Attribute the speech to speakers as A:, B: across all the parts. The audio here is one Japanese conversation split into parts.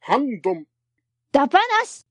A: ハンドン。
B: ダパなし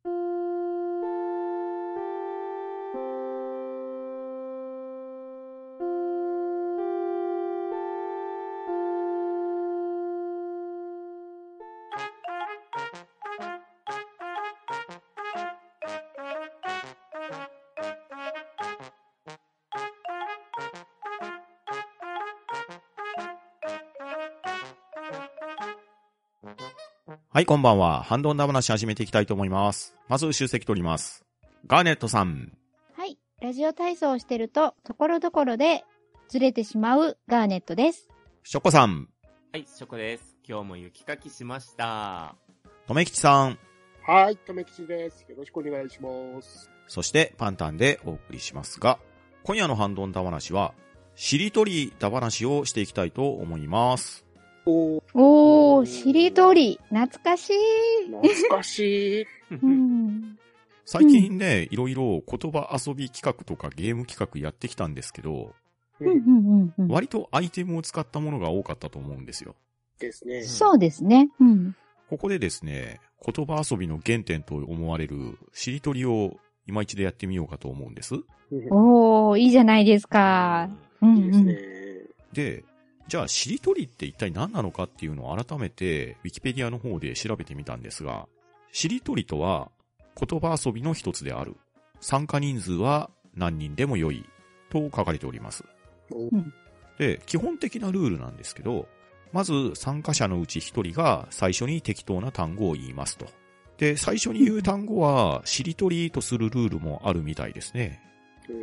C: はい、こんばんは。ハンドンダ話始めていきたいと思います。まず、集積取ります。ガーネットさん。
B: はい。ラジオ体操をしてると、ところどころでずれてしまうガーネットです。
C: ショッコさん。
D: はい、ショコです。今日も雪かきしました。
C: とめきちさん。
A: はい、とめきちです。よろしくお願いします。
C: そして、パンタンでお送りしますが、今夜のハンドンダ話は、しりとりダ話をしていきたいと思います。
A: おー、
B: お
A: おー
B: ー、しりとり、懐かしい。
A: 懐かしい。
B: うん。
C: 最近ね、いろいろ言葉遊び企画とかゲーム企画やってきたんですけど、
B: うんうんうんうん。
C: 割とアイテムを使ったものが多かったと思うんですよ。
A: ですね。
B: そうですね。うん。
C: ここでですね、言葉遊びの原点と思われるしりとりを今一度やってみようかと思うんです。
B: おー、いいじゃないですか。う
A: いい
B: ん
A: ですね
B: う。
C: で、じゃあしりとりって一体何なのかっていうのを改めて Wikipedia の方で調べてみたんですが、しりとりとは言葉遊びの一つである。参加人数は何人でも良いと書かれております。
A: お
C: で、基本的なルールなんですけど、まず参加者のうち一人が最初に適当な単語を言いますと。で、最初に言う単語は、しりとりとするルールもあるみたいですね。
A: え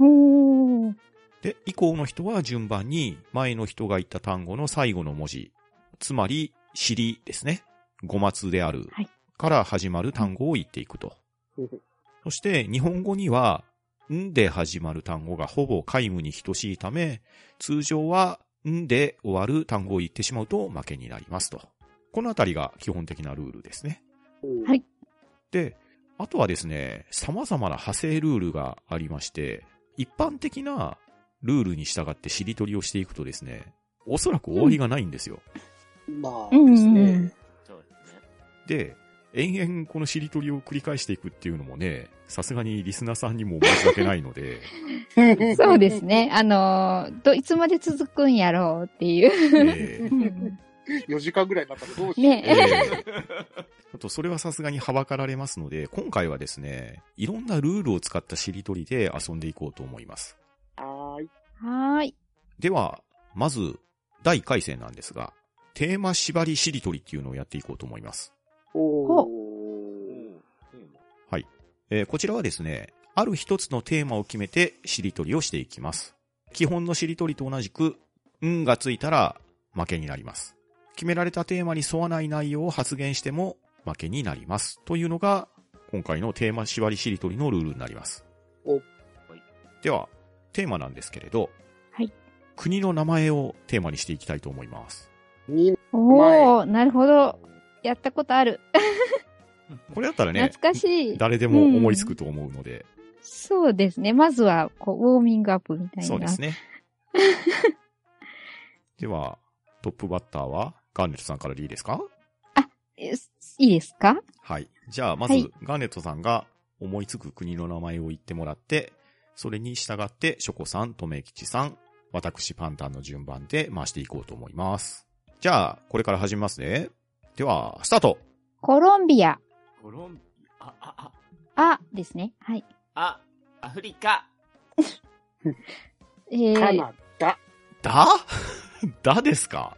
A: ー
B: ん。おー。
C: で、以降の人は順番に前の人が言った単語の最後の文字、つまり、しりですね。語末である
B: はい
C: から始まる単語を言っていくと。
A: うん
C: そして、日本語には、んで始まる単語がほぼ皆無に等しいため、通常は、んで終わる単語を言ってしまうと負けになりますと。このあたりが基本的なルールですね。
A: うん
B: はい
C: で、あとはですね、様々な派生ルールがありまして、一般的なルールに従ってしりとりをしていくとですね、おそらく終わりがないんですよ。
A: まあ、
B: うんうん
A: ですね。
D: そうですね。
C: で、延々このしりとりを繰り返していくっていうのもね、さすがにリスナーさんにも申し訳ないので、
B: そうですね。あのー、ど、いつまで続くんやろうっていう。
C: えー
B: うん
A: 4時間ぐらいになったらどうしよう。
B: ね
C: え ーちょっとそれはさすがにはばかられますので、今回はですね、いろんなルールを使ったしりとりで遊んでいこうと思います。
A: はーい。
B: はーい。
C: では、まず、第1回戦なんですが、テーマ縛りしりとりっていうのをやっていこうと思います。
A: おー。
C: はい。えーこちらはですね、ある一つのテーマを決めてしりとりをしていきます。基本のしりとりと同じく、んがついたら負けになります。決められたテーマに沿わない内容を発言しても負けになります。というのが、今回のテーマ縛りしりとりのルールになります。
A: お
C: では、テーマなんですけれど、
B: はい
C: 国の名前をテーマにしていきたいと思います。
A: に、
B: おー、なるほど。やったことある。
C: これだったらね、
B: 懐かしい。
C: 誰でも思いつくと思うので、
B: そうですね。まずは、こう、ウォーミングアップみたいな。
C: そうで すね。では、トップバッターは、ガーネットさんからでいいですか
B: えすいいですか
C: はい。じゃあ、まず、
B: はい
C: ガーネットさんが思いつく国の名前を言ってもらって、それに従って、ショコさん、とめきちさん、私パンタンの順番で回していこうと思います。じゃあ、これから始めますね。では、スタート
B: コロンビア。
D: コロンビア、あ、あ、
B: あ、ですね。はい。
D: あ、あ、アフリカ、
B: え
A: カ
B: ー、
A: ナダ。
C: だ だですか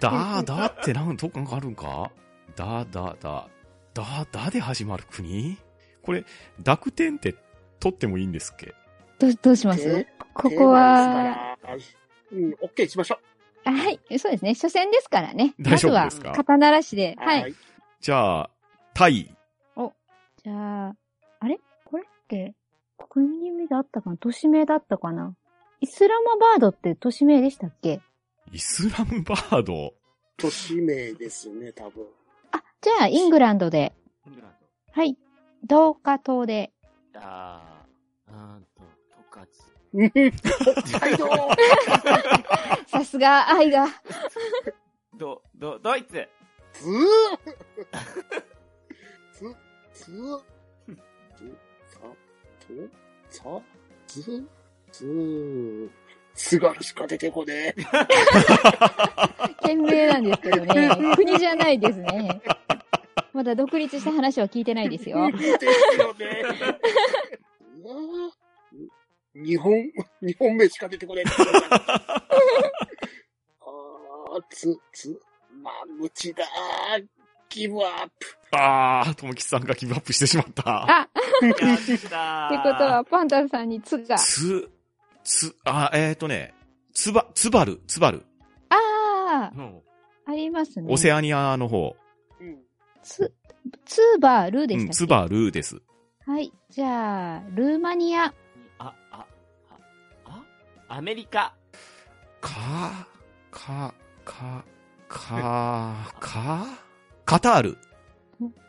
C: だ、だってなん、どっかがあるんかだ、だ、だ。だ、だで始まる国これ、濁点って取ってもいいんですっけ
B: どう、どうしま
A: え
B: すここは、
A: テーマですから。うん、オッケーしましょ
B: あはい。そうですね。初戦ですからね。
C: 大
B: まず
C: 丈夫
B: は
C: です、か
B: 肩慣らしで。
A: う。
B: はい。。
C: じゃあ、タイ。
B: じゃあ、あれこれって、国名であったかな都市名だったかなイスラマバードって都市名でしたっけ
C: イスラムバード。
A: 都市名ですね、多分。
B: あ、じゃあ、イングランドで。
D: イングランド、
B: はい。ドーカ島で。
D: あー、あーんと、トカチ。
A: 北海道
B: さすが、愛が。
D: ど、ど、ドイツ、
A: つーつ、つー、つ、さ、と、さ、つ、つー。すがるしか出てこねえ。
B: 懸命なんですけどね。国じゃないですね。まだ独立した話は聞いてないで すよ。
A: ですよね。うわぁ。日本、日本名しか出てこない。あー、つ、つ、まむちだー。ギブアッ
C: あー、ともきさんがギブアップしてしまった。
B: あって
D: やった
A: プ。
B: ことは、パンダさんにつが。
C: つ、つ、あ、えっ、ー、とね、つば、つばる、つばる。
B: ああ、
D: うん
B: ありますね。
C: オセアニアの方。
A: うん。
B: つ、ツーバールーで
C: う
B: し
C: ん、
B: た
C: つ
B: っけ、
C: ばるです。
B: はい。じゃあ、ルーマニア。
D: あ、あ、あ、あアメリカ。
C: か、か、か、か、か、カタール。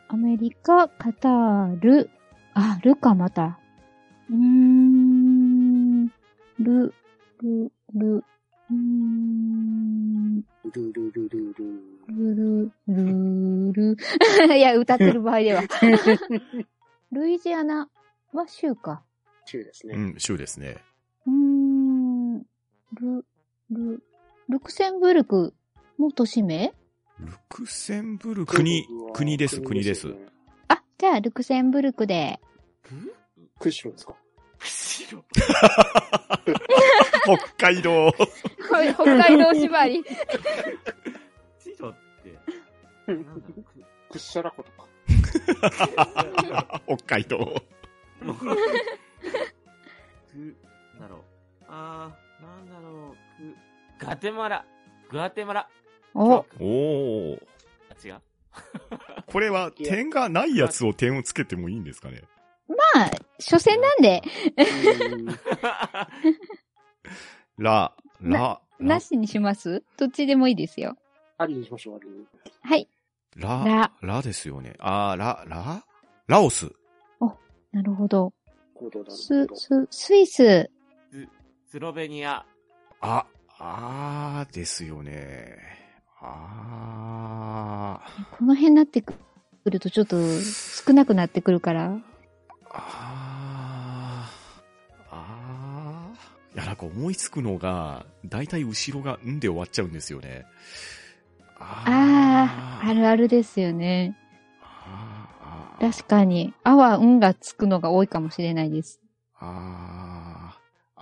B: アメリカ、カタール。あ、ルか、また。うーん、ル、ル、ル、うーん、
A: ルルルルル。
B: ルル、ル ル。いや、歌ってる場合 では。ルイジアナは州か。
A: 中です
C: う
A: ね。
C: ん、州ですね。
B: うーん、ル、ル、ルクセンブルクも都市名
C: ルクセンブルク。国、国です、国です。
A: ね。
B: あ、じゃあ、ルクセンブルクで。
A: 釧路ですか
D: 釧路。
C: 北海道。
B: 北海道縛り。
D: 釧路って、なんだろう
A: くっしゃら ことか。
C: 北海道。
D: く、なんだろう。あー、なんだろう。く、ガテマラ。グアテマラ。
B: お、
C: おー。
D: あ、違う。
C: これは点がないやつを点をつけてもいいんですかね
B: まあ、所詮なんで、
C: ラ、ラ、
B: な
C: ラ、
B: しにしますどっちでもいいですよ。
A: ありにしましょう、ありに。
B: はい。
C: ラ
B: ラ、
C: ラですよね。あー、ラ、ララオス。
B: なるほど。
A: 行動だ
B: す、す、スイス。
D: スロベニア。
C: あ、あーですよね。あー、
B: この辺になってくるとちょっと少なくなってくるから。
C: あー、あー。いや、なんか思いつくのが、だいたい後ろがんで終わっちゃうんですよね。
B: あー、あ
C: ー
B: るあるですよね。
C: あー。
B: 確かに。あは、うんがつくのが多いかもしれないです。
C: あー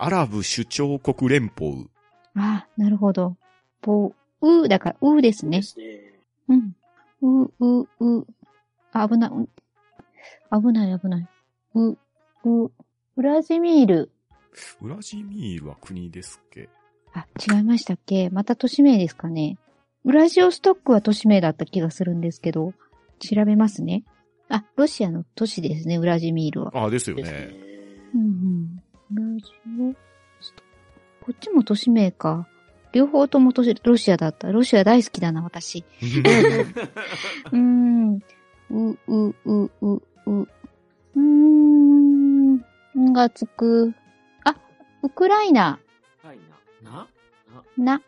C: アラブ首長国連邦。
B: あー、なるほど。ぼ、う、だから、うですね
A: で。すね。
B: うん。う、う、う。あ危ない。うん危ない、危ない。う、う、ウラジミール。
C: ウラジミールは国ですっけ
B: あ、違いましたっけまた都市名ですかね。ウラジオストックは都市名だった気がするんですけど、調べますね。あ、ロシアの都市ですね、ウラジミールは。
C: ああ、ですよ
A: で
C: ね。
A: す
B: うんうん。ウラジオストこっちも都市名か。両方とも都市、ロシアだった。ロシア大好きだな、私。うーん。う、う、う、う、う。うーん。んがつく。あ、ウクライナ。
D: 深いな。な
B: な。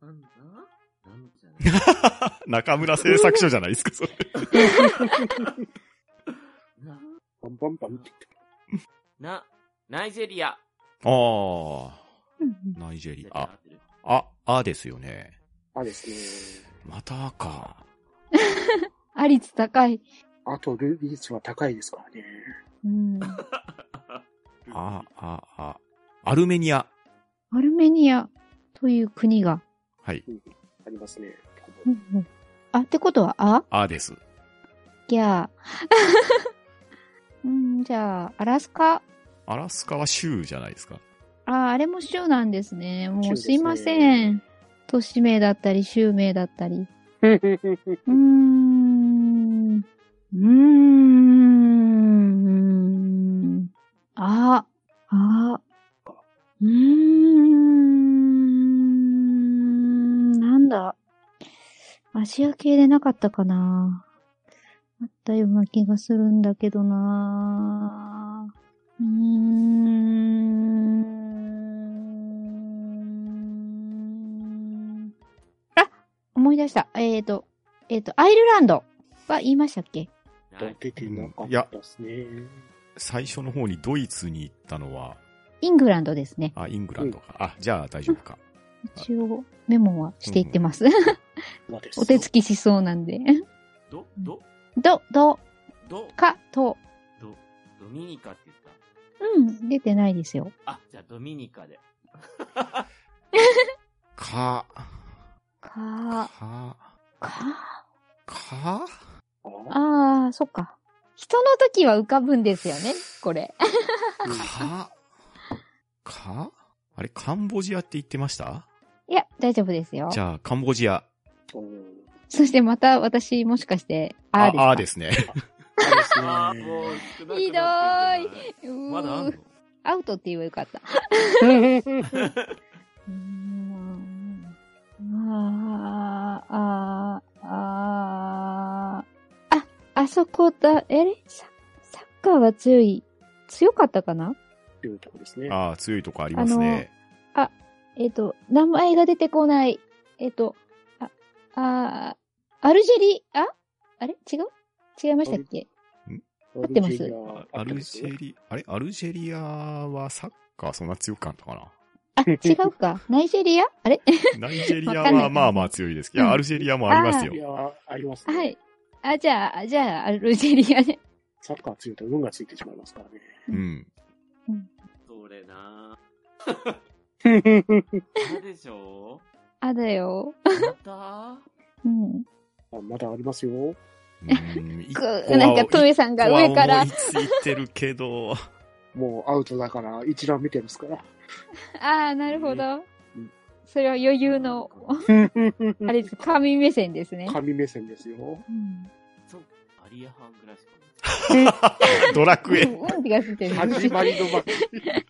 D: なんだなんじゃない
C: 中村製作所じゃないですか、それ。
A: ね。
D: な、
A: バンバンバンって
D: な、ナイジェリア。
C: あ
B: うんうん
C: あ、ナイジェリ
D: 合
C: ア
D: っ。てる
C: あ、あ、あですよね。
A: あ、ですね。
C: またか。
B: ありつ高い。
A: あと、ルビーチは高いですからね。
B: うん。
C: あ、あ、あ。アルメニア。
B: アルメニアという国が。
C: はい。
A: ありますね。
B: うんうんあ、ってことは、あ
C: あです。
B: ギャー。うん、じゃあ、アラスカ。
C: アラスカは州じゃないですか。
B: あ、あれも州なんですね。
A: 州
B: も
A: で
B: う
A: すね
B: すいませ ん。都市名だったり、州名だったり。うーん。うーん。あ、あ、うーん。なんだ。アジア系でなかったかな。あったような気がするんだけどな。うーん。あ思い出した。えーと、えっ、と、アイルランドは言いましたっけ
D: はい
A: 出てなかったですね。
C: 最初の方にドイツに行ったのは、
B: イングランドですね。
C: あ、イングランドか。あ、じゃあ大丈夫か。
B: 一応、メモはしていってます。
A: まあです
B: お手つきしそうなんで。
D: ど、ど、
B: ど、ど、
D: ど、
B: か、と。
D: ど、ドミニカって言っ
B: うん、出てないですよ。
D: た。あ、じゃあドミニカで。
C: か、
B: か、
C: か、
B: か。
C: か
A: あ
B: ああ、そっか。人の時は浮かぶんですよね、これ。
C: か、かあれ、カンボジアって言ってました
B: いや、大丈夫ですよ
C: じ。ゃあ、カンボジア。
A: うん
B: そしてまた私、もしかして、あーですか。
C: ああですね。
A: あ
D: あ
A: れ
D: ー
A: で
D: もう少なくなってん
B: ひど
D: じゃない
B: ーい。うー
D: まだあんの
B: アウトって言えばよかった。
A: すね。
B: うーんあー、あー、あー、あ、あそこだ、えれササッカーは強い、強かったかな
A: というとこですね。
C: ああ、強いとこありますね。
B: えっ、と、名前が出てこない。えっ、と、あ、あー、アルジェリああれ違う違いましたっけ
A: 合
B: ってます
C: あアルジェリ、あれアルジェリアはサッカーそんな強くなかったか
B: あ、違うか。ナイジェリアあれ
C: なナイジェリア
B: わかんない
C: はまあまあ強いですけど、いや
B: うん
C: アルジェリアもあります
A: いや
C: よ。
A: ー、ありますね。
B: はい。あ、じゃあ、じゃあ、アルジェリアで。
A: サッカーついたら運がついてしまいますからね。
C: うん。
D: それな
A: あ
D: ー。あれで しょ
B: あだよ。
D: また
B: うん。
A: まだありますよ。
C: うん一
B: く
C: 個は
B: なんか、トメさんが上から、
C: 一個は思いついてるけど、
A: もうアウトだから一覧見てますから。
B: ああ、なるほど
A: うん。
B: それは余裕 の、あれです。神目線ですね。
A: 神目線ですよ。
B: うん。
D: そう、アリアハンぐらいしか
C: ドラ
B: う
C: クエ。
B: ん、うんってがついてる。
A: 始まりの場
D: ない。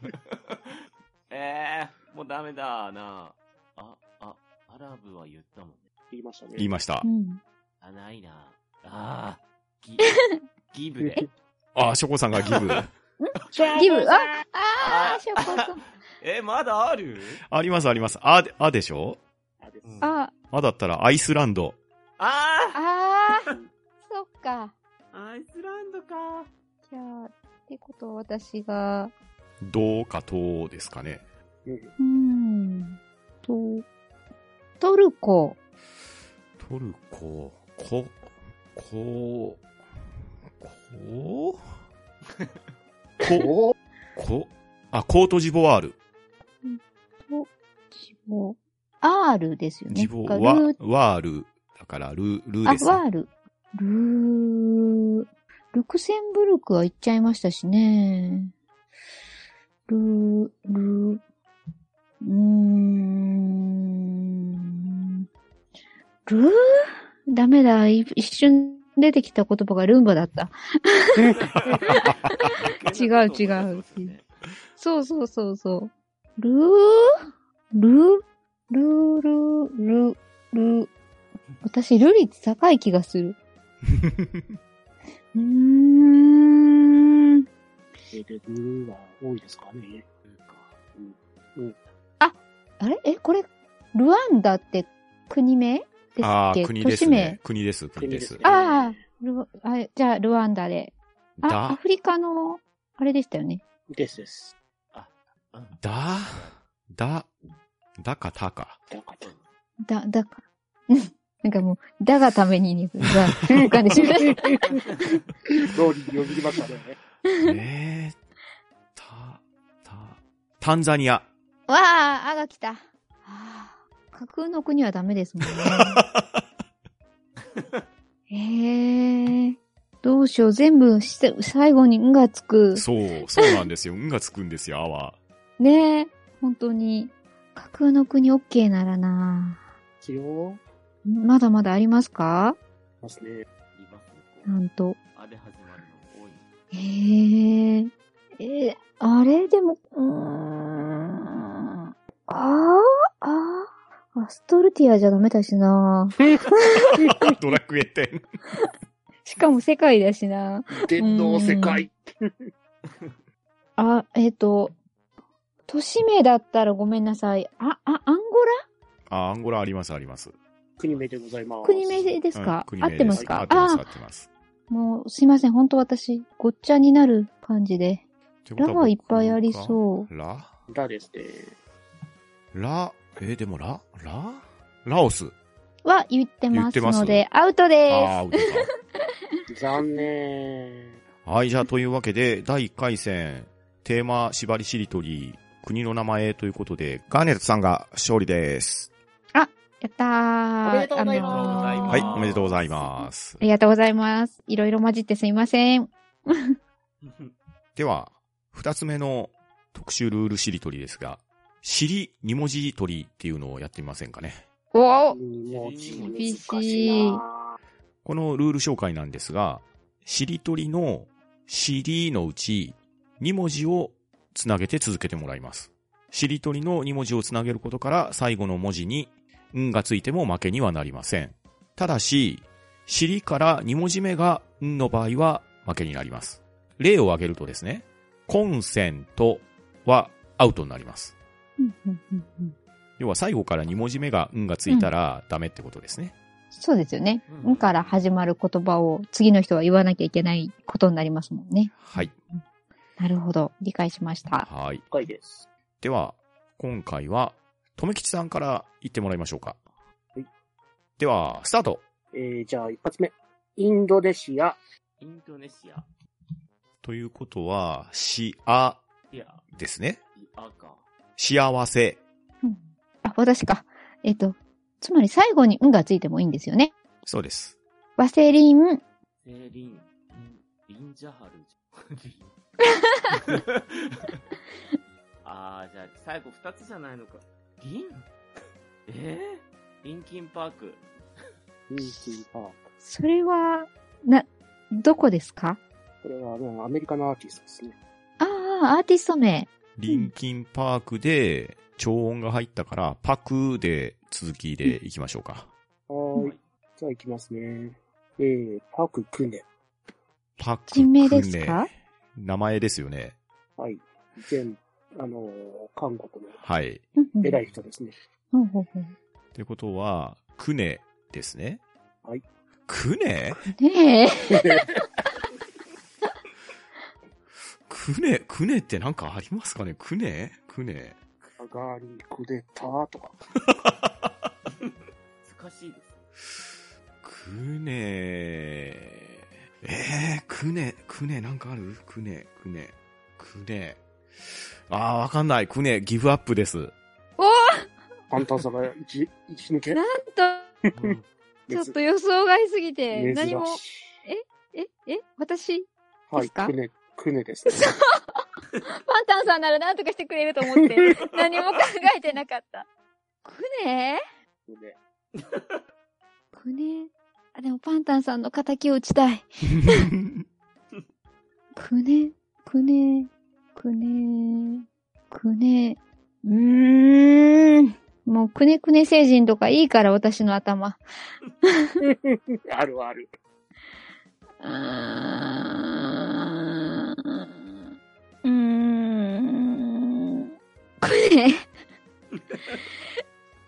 D: えー、もうダメだなあ、あ、アラブは言ったもんね。
A: 言いましたね。
C: 言いました
B: う。ん。
D: あ、ないなああ、 ギ、ギブで。
C: ああ、ショコさんがギブ。
B: ギブ、ああ
D: あ
B: ー、ショコさん。
D: え、まだある
C: ありますあります。あ、あでしょ
A: あです
D: うん
B: あ、
C: あだったらアイスランド。
D: あ
B: ああ、そっか。
D: あアイスランドか。
B: じゃあ、ってことは私が、
C: どうかとですかね。
A: うん
B: うーんと、トルコ。
C: トルコ、こ、こ、こ、こ、
A: お
C: こ、あ、コートジボワール。
B: と、ジボ、アールですよね。
C: ジボ
B: が
C: ワ
B: ルー、
C: ワール。だから、ル、ル
B: あ、
C: です、
B: ワ
C: ね。
B: ール。ルー、ルクセンブルクは行っちゃいましたしね。ルー、ルー、うーん、ルーダメだ。い一瞬出てきた言葉がルンバだった。違う違うそうそうそうそう。ルー、ルー、ルー、ルー、ルー、ルー。私、ル率高い気がす る。うーん。
A: えーで、ブルーは多いですかね。
B: あれえ、これ、ルワンダって国名です
C: あ
B: っ
C: あ
B: け、
C: 国
B: 都
C: で
B: 市
C: す
B: 名。。
C: ね国です、国です。
A: 国
B: ああ、ルワあ、じゃあ、ルワンダで。あ、ア
C: だ、
B: フリカの、あれでしたよね。
A: ですです。
C: だ、だ、だかたか。
A: だから、
B: だ、だか。 なんかもう、だがためにね、が、浮かんでしまった。
A: ローリーに呼びましたね。
C: ええた、た、タンザニア。
B: わあ、あが来た。あー架空の国はダメです もんね。へえ。どうしよう。全部して、最後にんがつく。
C: そう、そうなんですよ。運がつくんですよ、あわ。
B: ねえ。本当に。架空の国 OK ならな。
A: ですよ。
B: まだまだありますか
A: ますね。
B: なんと。
D: あれ始まるの多い。
B: へえ。え、あれでも、うーん。ああ、ああ。アストルティアじゃダメだしな。
C: ドラクエ10。
B: しかも世界だしな。
A: 電脳世界。
B: あ、えっ、と、都市名だったらごめんなさい。あ、あ、アンゴ
C: あ、アンゴラあります、あります。
A: 国名でございます。
B: 国名ですか、
C: うん
B: 合ってますか
C: 合ってます、合
B: あ
C: ってます。
B: あ、もうすいません。本当私、ごっちゃになる感じで。ラがいっぱいあり
C: う。
B: そう。
C: ラ
A: だですね。
C: ラえーでもラララオス。
B: は言ってます
C: 言ってます
B: ので、アウトで
C: ああ、うです
A: 残念。
C: か。はい、じゃあ、というわけで、第1回戦、テーマ縛りしりとり、国の名前ということで、ガーネットさんが勝利です。
B: す。やったー。
A: おめでとうございます
B: あのー
C: はい、おめでとうございます
B: あ。りがとうございます。いろいろ混じってすいません。
C: では、2つ目の特集ルールしりとりですが、しり2文字とりっていうのをやってみませんかね。
B: おお
A: もう、
B: 厳しい
A: 難しいな
C: このルール紹介なんですが、しりとりのしりのうち2文字をつなげて続けてもらいます。しりとりの2文字をつなげることから最後の文字に「ん」がついても負けにはなりません。ただし、しりから2文字目が「ん」の場合は負けになります。例を挙げるとですね、コンセントはアウトになります。
B: うんうんうんうん
C: 要は最後から2文字目が「ん」がついたらダメってことですね。
B: そうですよね。
D: うん
B: んから始まる言葉を次の人は言わなきゃいけないことになりますもんね。
C: はい。
B: なるほど。理解しました。
C: はい。
A: 深いです。
C: では、今回は、とめきちさんから言ってもらいましょうか。
A: はい
C: では、スタート
A: えー、じゃあ一発目。インドネシア。
D: インドネシア。
C: ということは、しあ
D: いや、
C: ですね。
D: いあか。
C: 幸せ。
B: うんあ、私か。えっと、つまり最後にんがついてもいいんですよね。
C: そうです。
B: ワセリン、
D: セリン。リンジャハルじゃん。 あー、じゃあ最後二つじゃないのか。リンえー、リンキンパーク。
A: ミーティンパーク。
B: それは、な、どこですか
A: これは、もうアメリカのアーティストですね。
B: ああ、アーティスト名。
C: リンキンパークで、超音が入ったから、パクで続きでいきましょうか。
A: はーい。じゃあ行きますね。えー、パク・クネ。
C: パク
B: 人名です
C: ク
B: か
C: ネ名前ですよね。
A: はい。前、あのー韓国の
C: はい。
B: うんうん
A: 偉い人ですね。
B: ほうほうほう
C: ってことは、クネですね。
A: はい。
C: クネ
B: ねえ。
C: クネ、クネってなんかありますかねクネクネ。
A: ガガーリン・クデターとか。
D: 難しいです。
C: くねえー、くね、くねなんかあるくね、くね、くね。あー、わかんない。くね、ギブアップです。
B: おー
A: あんたさが一、一抜け
B: なんと、
D: うん
B: ちょっ
A: 珍
B: と予想外すぎて、
A: 珍しい
B: 何も、え、え、私、
A: は
B: で
A: い、
B: すか
A: クネ、クネですね。
B: パンタンさんなら何とかしてくれると思って、 何も考えてなかった。くね
A: クネ
B: くねあ、でもパンタンさんの仇を打ちたい。くね、くね、くね、くね。うーん。もうくねくね星人とかいいから私の頭。
A: ある ある。
B: うーん。うーん。くね。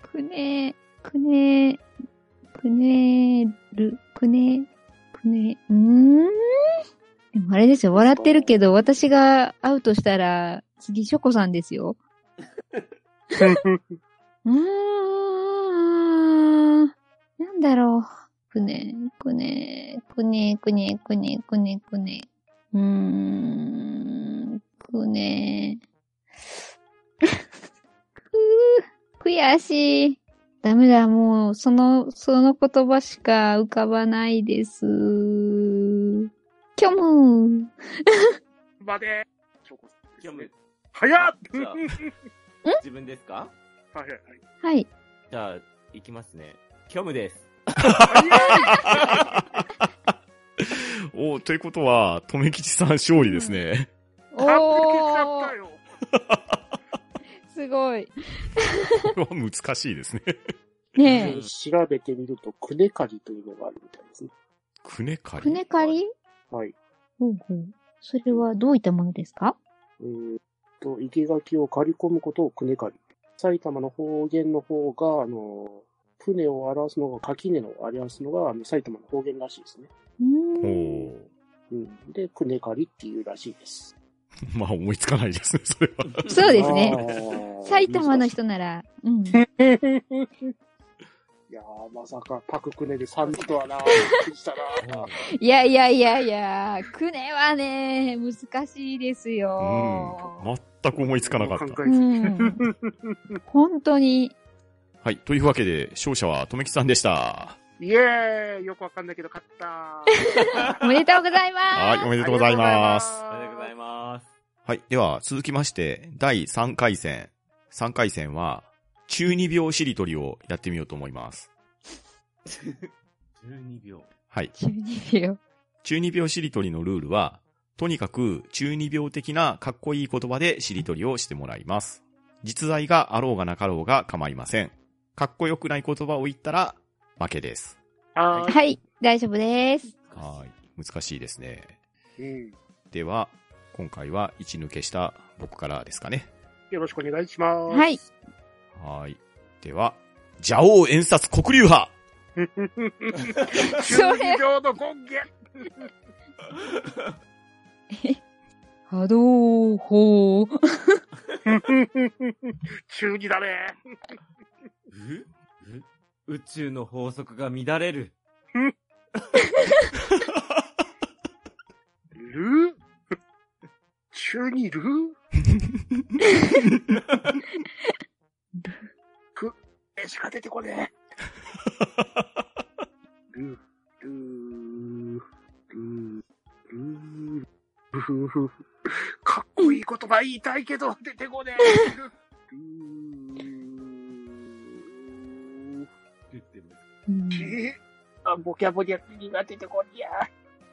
B: くね、くね、くねる、くね、くね、うーん。でもあれですよ、笑ってるけど、私がアウトしたら、次、ショコさんですよ。うーん。なんだろう。くね、くね、くね、くね、くね、くね、くね。うーん、くね。くー、悔しい。ダメだ、もう、その、その言葉しか浮かばないです。虚無。
A: まで。チョコ
D: キョム。
A: 早っ
D: じゃあ
A: うん
D: 自分ですか
A: はいはい
B: はい。
D: じゃあ、いきますね。キョムです。
A: はい。
C: おーということは、とめきちさん勝利ですね。
A: 早い完璧だったよ。
B: すごい。
C: これは難しいですね。
B: ねえ。
A: 調べてみると、クネカリというのがあるみたいですね。
C: くねか
B: く
C: り。
B: ねかり
A: はい。
B: ほうほう。それはどういったものですか
A: えーっと、生垣を刈り込むことをクネカリ。埼玉の方言の方が、あの、船を表すのが、垣根を表すのが、あの埼玉の方言らしいですね。
B: うん。
C: おー。
A: うん。で、くねかりっていうらしいです。
C: まあ思いつかないですね、それは。
B: そうですね
A: ね
B: 埼玉の。人なら、うん。
A: いやー、まさか、パククネで3人とはな、びっくりしたな。
B: いやいやいやいや、くねはね、難しいです
C: う
B: よ。
C: ん。全く思いつかなかった。
A: 考え
B: う
A: ず
B: ん。 本当に。
C: はい。というわけで、勝者はとめきさんでした。
A: イエーイよくわかんないけど、勝った
B: おめでとうござい
C: は
B: ます。
C: い、おめでとうございます。
D: ありがとうございます。
C: はい。では、続きまして、第3回戦。3回戦は、中二病しりとりをやってみようと思います。
D: 12秒。
C: はい。
B: 12秒。
C: 中二病しりとりのルールは、とにかく中二病的なかっこいい言葉でしりとりをしてもらいます。実在があろうがなかろうが構いません。かっこよくない言葉を言ったら、負けです。
A: はー
B: はい、大丈夫です。
C: はい。難しいですね。
A: い、うん。
C: では、今回は位置抜けした僕からですかね。
A: よろしくお願いします。
B: はい。
C: はい。では、蛇王演殺黒竜派
B: それ
A: 12秒の権 限
B: 波動砲。
A: 中二だね。
D: うう宇宙の法則が乱れる。
A: ルー中二ルーく、絵しか出てこねえ。ルー、ルー、ルー、ルー、ルールー、かっこいい言葉言いたいけど出てこねえ。ルールー、
D: 言ってる
B: うん
A: えーあ、ボキャボキャが出てこりゃ。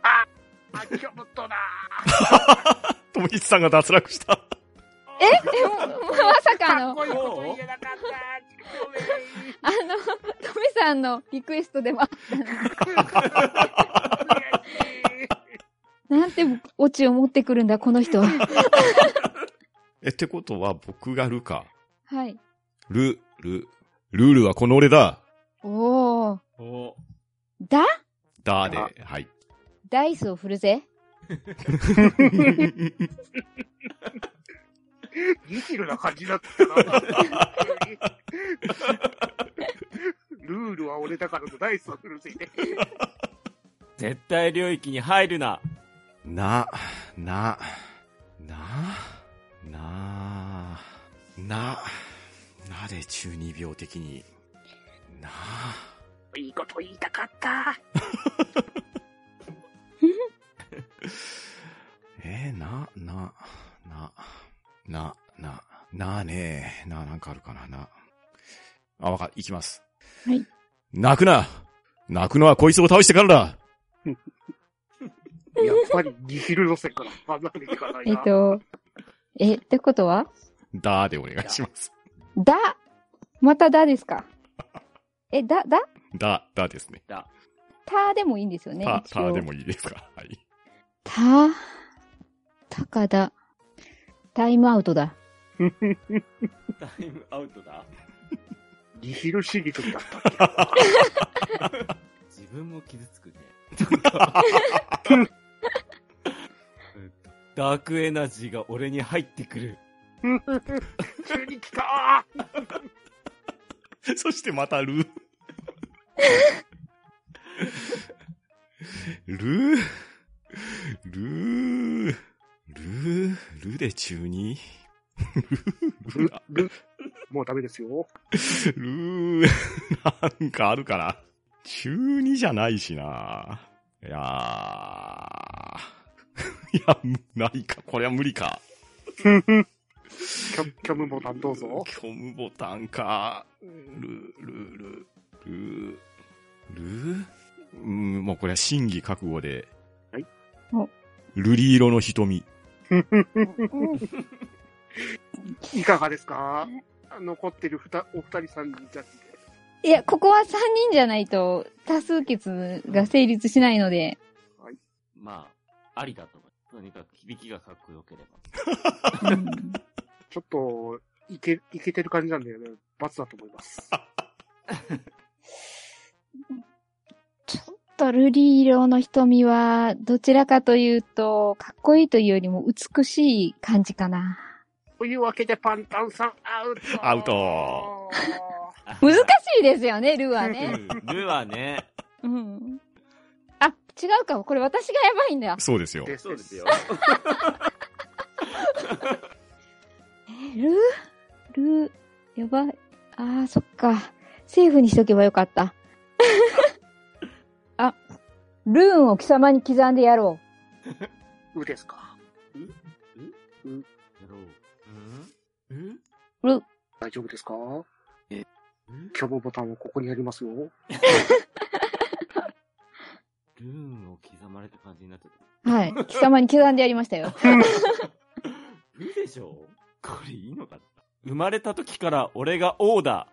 A: あ、あ、キョブトだ。
C: 友吉さんが脱落した。
B: え、もまさか
A: かっ
B: の、
A: こいいこと言えなかった。
B: あの、トメさんのリクエストでも、
A: 悔しい
B: なんてオチを持ってくるんだ、この人は。
C: え、ってことは僕がルか。
B: はい。
C: ル、ル、ルールはこの俺だ。
B: おー。
D: お
B: だ
C: だで、はい。
B: ダイスを振るぜ。
A: ニキルな感じだったな。ルールは俺だからのダイスを振るぜ。
D: 絶対領域に入るな。
C: な、な、な、な、な、なで中二病的に、な、
A: いいこと言いたかった。
C: えーな、な、な、な、な、なねえ、な、なんかあるかな、な。あ、わかる、いきます。
B: はい。
C: 泣くな泣くのはこいつを倒してからだ
A: やっぱりニキル路線から離れていかない
B: え
A: な。
B: っと、え、ってことは
C: だでお願いします。
B: だまただですかえ、だ、だ
C: だ、だですね。
D: だ。
B: たでもいいんですよね。
C: た、
B: 一応
C: たでもいいですかはい。
B: た、たかだ。タイムアウト だ。
D: タイムアウトだ。
A: ニヒル主義とだった。
D: 自分も傷つく ね。うんダークエナジーが俺に入ってくる。
A: 中に来た
C: そしてま たルー。ルー、ルー、ルー、ルーで中に
A: ル、ル、もうダメですよ。
C: ルー、なんかあるかな。中二じゃないしな。いやー。いや、むないか。これは無理か。
A: キョキョムボタンどうぞ。
C: 虚無ボタンか。ル、ル、ル、ル、ルうん、もうこれは真偽覚悟で。
A: はい
B: お。
C: 瑠璃色の瞳。
A: いかがですか残ってるふたお二人さんにジャッジで。
B: いや、ここは3人じゃないと多数決が成立しないので、
D: まあ、ありだと思う。とにかく響きがかっこよければ。
B: うん
A: ちょっと、いけ、いけてる感じなんだよね。罰だと思います。
B: ちょっと瑠璃色の瞳は、どちらかというと、かっこいいというよりも美しい感じかな。
A: というわけで、パンタンさん、アウト。
C: アウト。
B: 難しいですよね、ルは
D: う
B: ね。
D: んルはね、
B: うん。あ、違うかも。これ私がやばいんだ。
C: そうですよ。
A: です
D: そうですよ。。
B: ルルやばい。あー、そっか。セーフにしとけばよかった。 あ、ルーンを貴様に刻んでやろ
A: うですか。
D: やろう。んん
B: う。ル、
A: 大丈夫ですか
D: え
A: 虚無ボタンをここにありますよ。
D: ルーンを刻まれた感じになってる。
B: はい。貴様に刻んでやりましたよ。
D: ルでしょこれいいのかな生まれた時から俺が王だ。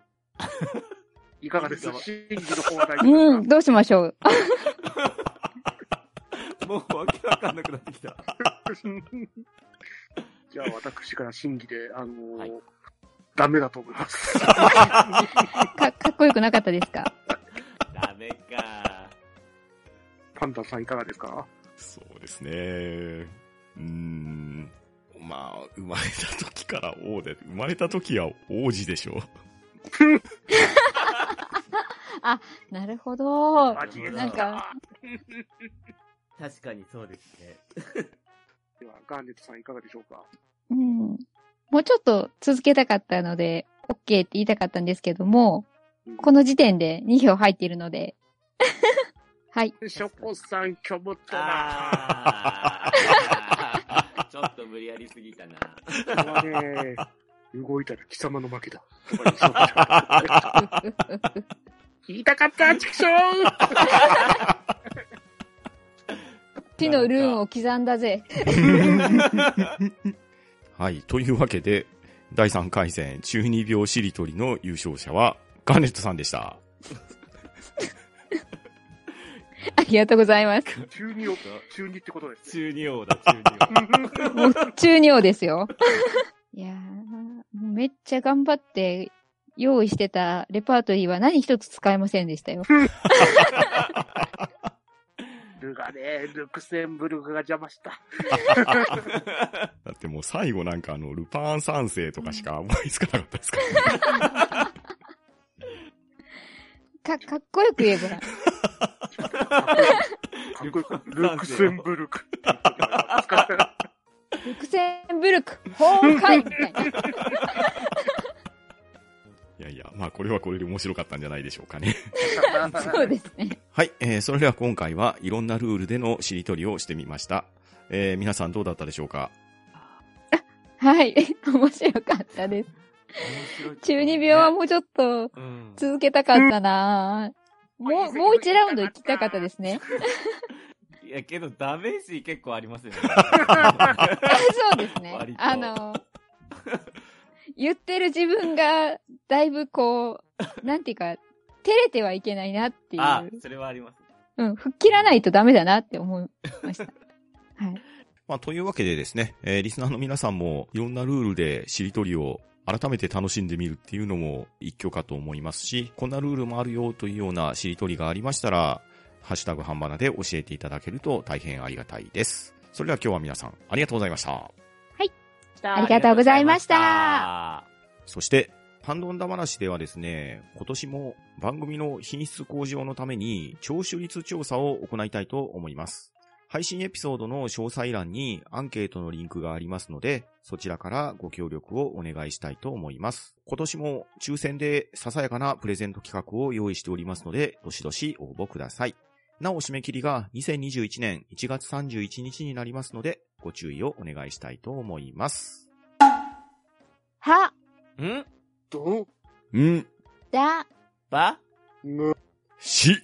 A: いかがですか真珠の方は大丈
B: う
A: 夫
B: ん、
A: ですか
B: どうしましょう。
D: もうわけわかんなくなってきた。
A: じゃあ私から審議で、あのー
D: はい
A: ダメだと思います。
B: か、かっこよくなかったですか
D: ダメか。
A: パンダさんいかがですか
C: そうですね。うーん。まあ、生まれた時から王で、生まれた時は王子でしょ
B: なるほど。
A: マジで
D: なん
B: か
D: 確かにそうですね。
A: では、ガーネットさんいかがでしょうか
B: うん。もうちょっと続けたかったので、OK って言いたかったんですけども、この時点で2票入っているので。 はい。
A: ショコさん、虚無とな。
D: あ あ。ちょっと無理やりすぎたな。
A: これはね、動いたら貴様の負 けだ。言いたかった、畜生
B: 地のルーンを刻んだぜ。
C: はい。というわけで、第3回戦12秒しりとりの優勝者は、ガーネットさんでした。
B: ありがとうございます。
A: 中二を、中二ってことです。
D: 中二王だ、中二
B: もう中二王です よ。いやー、もうめっちゃ頑張って用意してたレパートリーは何一つ使えませんでしたよ。
A: ルがね、ルクセンブルクが邪魔した。
C: だってもう最後なんかあの、ルパン三世とかしか思いつかなかったですから ね。
B: か、かっこよく言えば。
A: かっこよく、ルクセンブル ク。
B: ルクセンブルク、崩壊みたいな。
C: いやいや、まあこれはこれで面白かったんじゃないでしょうかね。
B: そうですね。
C: はい、えー、それでは今回はいろんなルールでのしりとりをしてみました。えー、皆さんどうだったでしょうか
B: はい。面白かったです。
D: 王。
B: 中二病はもうちょっと
D: うん
B: 続けたかったなぁ。もう、もう一ラウンド行きたかったですね。
D: いや、けどダメージ結構ありますよ ね。
B: そうですね
D: 割。と
B: あの、言ってる自分が、だいぶこう、なんていうか、照れてはいけないなってい
D: あ
B: う。
D: それはあります。
B: うん、吹っ切らないとダメだなって思いました。はい。
C: まあというわけでですね、えー、リスナーの皆さんもいろんなルールでしりとりを改めて楽しんでみるっていうのも一挙かと思いますし、こんなルールもあるよというようなしりとりがありましたら、ハッシュタグ半ばなで教えていただけると大変ありがたいです。それでは今日は皆さんありがとうございました。
B: ありがとうございました
D: あ
C: そして、ハンドンダ話ではですね、今年も番組の品質向上のために聴取率調査を行いたいと思います。配信エピソードの詳細欄にアンケートのリンクがありますので、そちらからご協力をお願いしたいと思います。今年も抽選でささやかなプレゼント企画を用意しておりますので、どしどし応募ください。なお締め切りが2021年1月31日になりますので、ご注意をお願いしたいと思います。
B: は、
D: ーん
A: ど
C: ん、
B: だ、
D: ば
A: うむ
C: し、